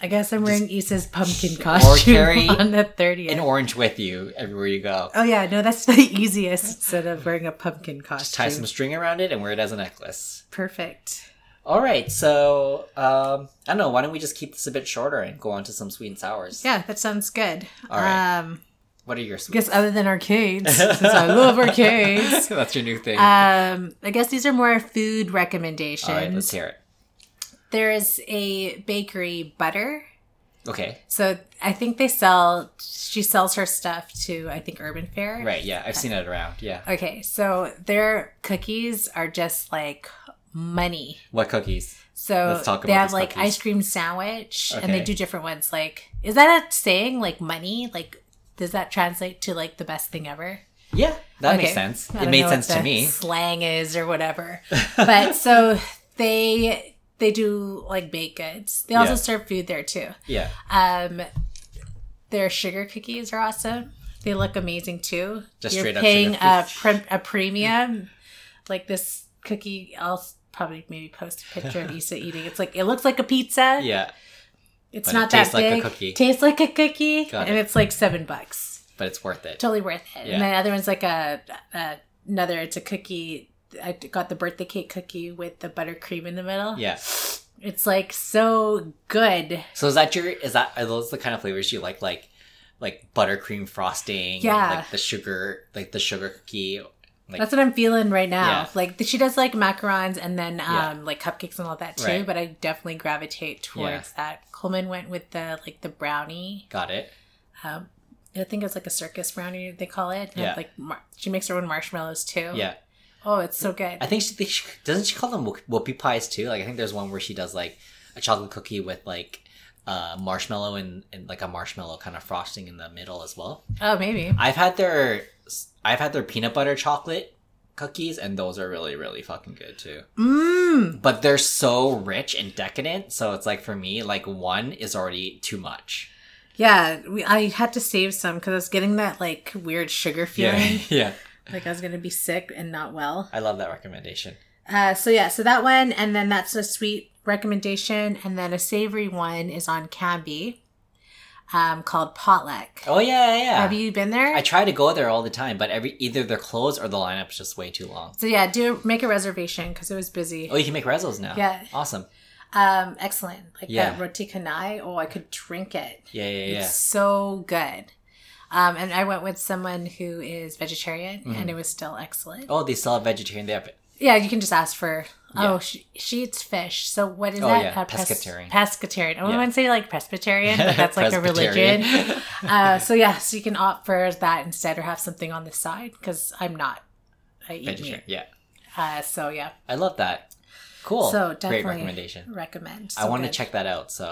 S1: I guess I'm wearing Issa's pumpkin
S2: carry
S1: costume on the 30th.
S2: An orange with you everywhere you go.
S1: oh, yeah, no, that's the easiest instead of wearing a pumpkin costume.
S2: Just tie some string around it and wear it as a necklace.
S1: Perfect.
S2: All right, so um, I don't know. Why don't we just keep this a bit shorter and go on to some sweet and sours?
S1: Yeah, that sounds good.
S2: All right.
S1: Um,
S2: What are your
S1: I
S2: sweet?
S1: guess other than arcades, since I love arcades.
S2: That's your new thing.
S1: Um, I guess these are more food
S2: All right, let's
S1: recommendations.
S2: hear it.
S1: there is a bakery butter.
S2: Okay.
S1: So I think they sell, she sells her stuff to, I think, Urban Fair.
S2: Right. Yeah, I've seen it around. Yeah.
S1: Okay, so their cookies are just like money.
S2: What cookies?
S1: So
S2: Let's talk
S1: they
S2: about
S1: have
S2: these
S1: like
S2: cookies.
S1: ice cream sandwich, and they
S2: Okay.
S1: do different ones. Like, is that a saying? Like money? Like, does that translate to like the best thing ever?
S2: Yeah, that
S1: Okay.
S2: makes sense.
S1: I
S2: It
S1: don't
S2: made
S1: know
S2: sense
S1: what
S2: to
S1: the
S2: me.
S1: Slang is or whatever. But so they they do like baked goods. They also
S2: Yeah.
S1: serve food there too.
S2: Yeah.
S1: Um, their sugar cookies are awesome. They look amazing too.
S2: Just
S1: You're
S2: straight up
S1: paying
S2: sugar
S1: a, prim- a premium. like this cookie, I'll s- probably maybe post a picture of Issa eating. It's like it looks like a pizza.
S2: Yeah.
S1: it's
S2: but
S1: not
S2: it
S1: that
S2: tastes like a
S1: big.
S2: cookie.
S1: Tastes like a cookie,
S2: Got
S1: and
S2: it.
S1: it's like seven bucks
S2: But it's worth it.
S1: totally worth it.
S2: Yeah.
S1: And then the other one's like a, a another. It's a cookie. I got the birthday cake cookie with the buttercream in the middle.
S2: Yeah.
S1: It's like so good.
S2: So is that your is that are those the kind of flavors you like like like buttercream frosting? and,
S1: Yeah.
S2: Like the sugar like the sugar cookie. Like
S1: That's what I'm feeling right now.
S2: Yeah.
S1: Like she does like macarons and then um
S2: Yeah.
S1: like cupcakes and all that too.
S2: Right.
S1: But I definitely gravitate towards that. Coleman went with the like the brownie.
S2: got it.
S1: Um, I think it's like a circus brownie they call it.
S2: Yeah.
S1: Like mar- she makes her own marshmallows too.
S2: Yeah.
S1: Oh, it's so good.
S2: I think she, think she doesn't she call them whoop- whoopie pies too? Like I think there's one where she does like a chocolate cookie with like uh, marshmallow and, and like a marshmallow kind of frosting in the middle as well.
S1: oh, maybe.
S2: I've had their I've had their peanut butter chocolate cookies and those are really really fucking good too.
S1: Mmm.
S2: but they're so rich and decadent so it's like for me like one is already too much
S1: Yeah, we, I had to save some because I was getting that like weird sugar feeling,
S2: yeah
S1: like I was gonna be sick and not well.
S2: i love that recommendation
S1: Uh, so yeah, so that one, and then that's a sweet recommendation, and then a savory one is on Canby, um, called Potluck.
S2: oh yeah yeah, yeah.
S1: Have you been there?
S2: i try to go there all the time but every either they're closed or the lineup's just way too long
S1: so yeah, do make a reservation because it was busy.
S2: oh you can make rezos now
S1: Yeah.
S2: awesome
S1: Um, excellent, like
S2: Yeah.
S1: that roti canai. Oh, I could drink it.
S2: yeah yeah yeah
S1: It's so good. Um, and I went with someone who is vegetarian,
S2: Mm-hmm.
S1: and it was still excellent.
S2: oh they sell vegetarian they have it
S1: Yeah, you can just ask for.
S2: Yeah.
S1: Oh, she, she eats fish. So what is
S2: Oh,
S1: that?
S2: yeah,
S1: Uh, pres-
S2: pescatarian.
S1: pescatarian. Oh, I
S2: Yeah.
S1: wouldn't say like Presbyterian, but that's like a
S2: Presbyterian.
S1: religion. Uh, so yeah, so you can opt for that instead, or have something on the side because I'm not. I eat
S2: vegetarian
S1: meat.
S2: yeah
S1: Uh, so yeah,
S2: i love that cool
S1: So
S2: great
S1: definitely-
S2: recommendation
S1: recommend.
S2: i
S1: So
S2: want to
S1: good.
S2: check that out so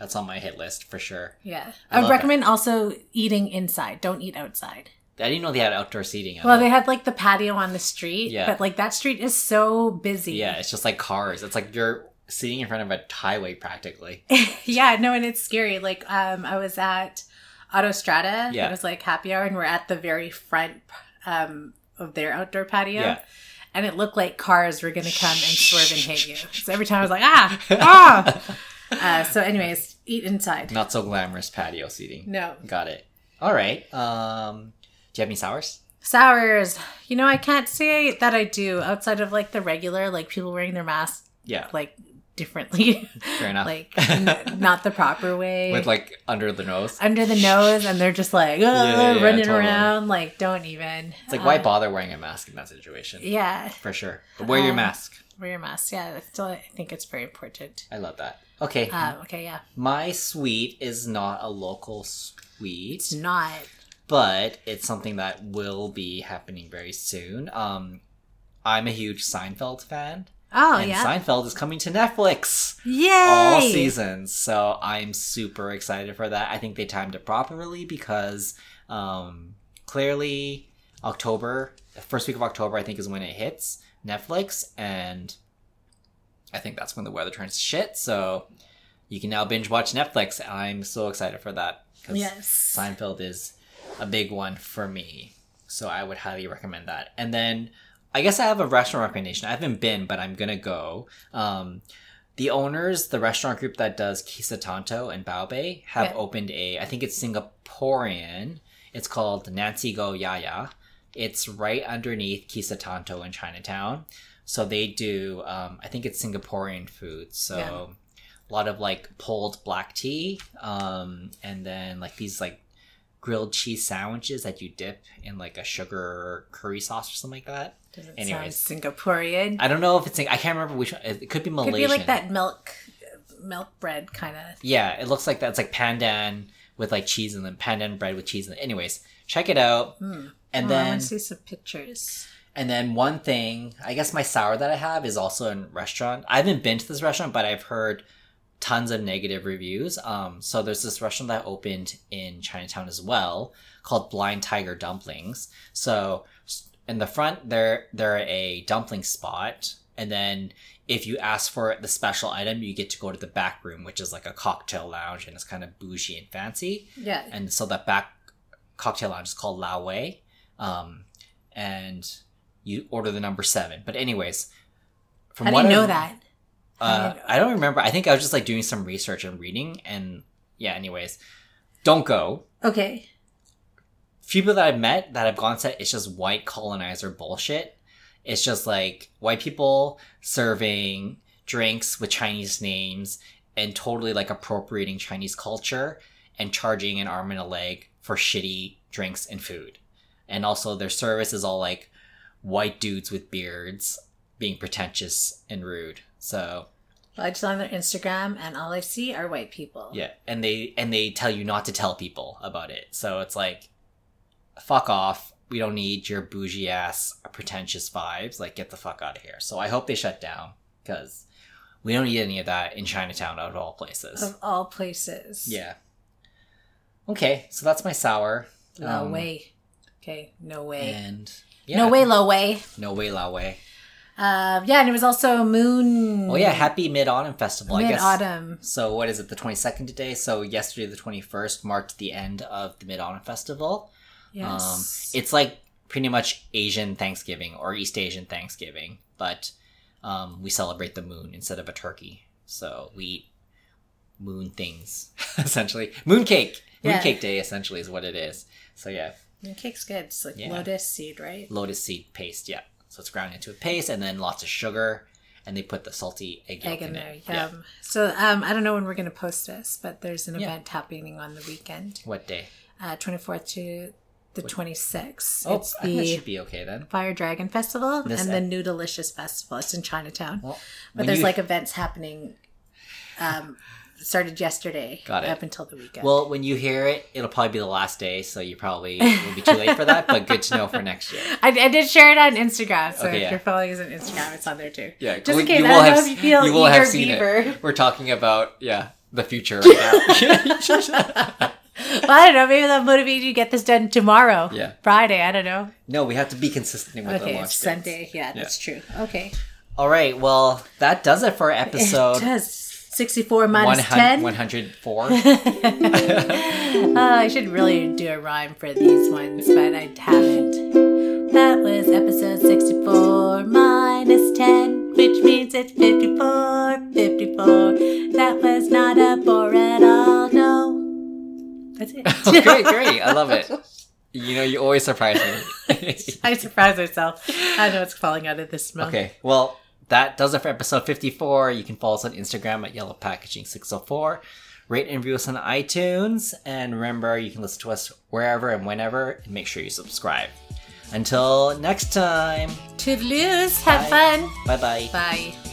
S2: that's on my hit list for sure
S1: Yeah,
S2: I
S1: I, would
S2: love it.
S1: recommend also eating inside. Don't eat outside.
S2: I didn't know they had outdoor seating. at
S1: Well,
S2: all.
S1: they had like the patio on the street,
S2: Yeah.
S1: but like that street is so busy.
S2: yeah, it's just like cars. It's like you're sitting in front of a highway practically.
S1: yeah, no, and it's scary. Like, um, I was at Autostrada.
S2: Yeah.
S1: It was like happy hour, and we're at the very front um, of their outdoor patio.
S2: Yeah.
S1: And it looked like cars were going to come and swerve and hit you. So every time I was like, ah, ah. Uh, so, anyways, eat inside.
S2: Not so glamorous patio seating.
S1: No.
S2: Got it. All right. Um, do you have any sours?
S1: Sours. You know, I can't say that I do outside of like the regular, like people wearing their masks
S2: Yeah,
S1: like differently,
S2: fair enough.
S1: like eh, n- not the proper way.
S2: with like under the nose.
S1: under the nose and they're just like
S2: yeah,
S1: "Ugh,"
S2: yeah,
S1: running
S2: totally.
S1: around like don't even
S2: It's like why
S1: Uh,
S2: bother wearing a mask in that situation?
S1: yeah
S2: For sure. But wear your
S1: Um,
S2: mask.
S1: wear your mask yeah that's still i think it's very important
S2: I love that. Okay,
S1: uh, okay yeah
S2: my sweet is not a local
S1: it's
S2: sweet,
S1: not
S2: but it's something that will be happening very soon. Um, I'm a huge Seinfeld fan,
S1: oh
S2: and
S1: yeah
S2: Seinfeld is coming to Netflix
S1: yay
S2: all seasons, so I'm super excited for that. I think they timed it properly because um, clearly October, the first week of October, I think is when it hits Netflix, and I think that's when the weather turns to shit. So you can now binge watch Netflix. I'm so excited for that because
S1: yes
S2: Seinfeld is a big one for me. So I would highly recommend that. And then I guess I have a restaurant recommendation. I haven't been, but I'm gonna go. Um, the owners, the restaurant group that does Kisa Tonto and Baobei, have
S1: Yeah.
S2: opened a. I think it's Singaporean. It's called Nancy Go Yaya. It's right underneath Kisa Tonto in Chinatown. So they do. Um, I think it's Singaporean food. So
S1: Yeah.
S2: a lot of like pulled black tea, um, and then like these like grilled cheese sandwiches that you dip in like a sugar curry sauce or something like that.
S1: doesn't
S2: anyways.
S1: sound singaporean
S2: I don't know if it's like I can't remember which. one- It could be
S1: could
S2: Malaysian.
S1: be like that milk milk bread kind of
S2: Yeah, it looks like that. It's like pandan with like cheese and then pandan bread with cheese. And anyways, check it out. And
S1: oh, i
S2: then
S1: want to see some pictures
S2: and then one thing, I guess my sour that I have is also in restaurant. I haven't been to this restaurant, but I've heard tons of negative reviews. Um, so there's this restaurant that opened in Chinatown as well called Blind Tiger Dumplings. So s- in the front, they're they're a dumpling spot, and then if you ask for the special item, you get to go to the back room, which is like a cocktail lounge, and it's kind of bougie and fancy
S1: yeah
S2: and so that back cocktail lounge is called Lao Wei, um, and you order the number seven. But anyways, from
S1: how do
S2: what
S1: you know
S2: I've-
S1: that
S2: Uh,
S1: How do you know?
S2: I don't remember. I think I was just like doing some research and reading, and yeah. Anyways, don't go.
S1: okay
S2: Few people that I've met that have gone said it's just white colonizer bullshit. It's just like white people serving drinks with Chinese names and totally like appropriating Chinese culture and charging an arm and a leg for shitty drinks and food. And also their service is all like white dudes with beards being pretentious and rude. So
S1: well, i just on their instagram and all i see are white people
S2: yeah, and they and they tell you not to tell people about it. So it's like, fuck off. We don't need your bougie ass pretentious vibes. Like, get the fuck out of here. So I hope they shut down because we don't need any of that in Chinatown out of all places.
S1: of all places
S2: Yeah. Okay, so that's my sour.
S1: No
S2: Um,
S1: way. Okay, no way.
S2: And yeah,
S1: No way, low way.
S2: no way, la way.
S1: Uh, yeah, and it was also Moon.
S2: Oh yeah, happy mid autumn festival. I
S1: Mid
S2: guess.
S1: Autumn.
S2: So what is it? The twenty second today. So yesterday, the twenty first, marked the end of the mid autumn festival.
S1: Yes.
S2: Um, it's like pretty much Asian Thanksgiving or East Asian Thanksgiving, but um, we celebrate the moon instead of a turkey. So we eat moon things, essentially. Mooncake!
S1: Yeah.
S2: Mooncake Day, essentially, is what it is. So yeah,
S1: The cake's good. It's like
S2: Yeah.
S1: lotus seed, right?
S2: lotus seed paste, yeah. So it's ground into a paste and then lots of sugar, and they put the salty egg yolk
S1: Egg in there.
S2: it.
S1: Yum. So um, I don't know when we're going to post this, but there's an
S2: Yeah.
S1: event happening on the weekend,
S2: What day?
S1: uh, 24th to the 26th.
S2: Oh,
S1: it's
S2: I think that
S1: the
S2: should be okay then.
S1: Fire Dragon Festival
S2: This
S1: and the
S2: end.
S1: New Delicious Festival. It's in Chinatown.
S2: Well,
S1: but
S2: when
S1: there's
S2: you-
S1: like events happening. Um, started yesterday.
S2: Got it.
S1: Up until the weekend.
S2: Well, when you hear it, it'll probably be the last day, so you probably will be too late for that, but good to know for next year.
S1: I, I did share it on Instagram, so
S2: Okay,
S1: if
S2: yeah.
S1: you're following us on Instagram, it's on there too.
S2: Yeah,
S1: just in
S2: you
S1: case. I
S2: will
S1: don't know
S2: have-
S1: if you feel
S2: you will
S1: eager
S2: have seen it.
S1: beaver.
S2: We're talking about yeah the future. Right now.
S1: well, I don't know. Maybe that motivated you to get this done tomorrow.
S2: Yeah.
S1: Friday. I don't know.
S2: No, we have to be consistent with our
S1: okay.
S2: launch
S1: It's
S2: dates.
S1: Sunday. Yeah, that's true. Okay.
S2: All right. Well, that does it for our
S1: it
S2: episode
S1: does. 64 minus
S2: 100,
S1: 10.
S2: 104.
S1: Uh, I should really do a rhyme for these ones, but I haven't. That was episode 64 minus 10, which means it's 54, 54. That was not a bore at all, no. That's it.
S2: okay, great. I love it. You know, you always surprise me.
S1: I surprised myself. I know it's falling out of this mouth.
S2: okay. Well, that does it for episode 54. You can follow us on Instagram at Yellow Packaging 604. Rate and review us on iTunes. And remember, you can listen to us wherever and whenever. And make sure you subscribe. Until next time,
S1: Toodaloos. Have
S2: Bye.
S1: fun.
S2: bye bye.
S1: Bye.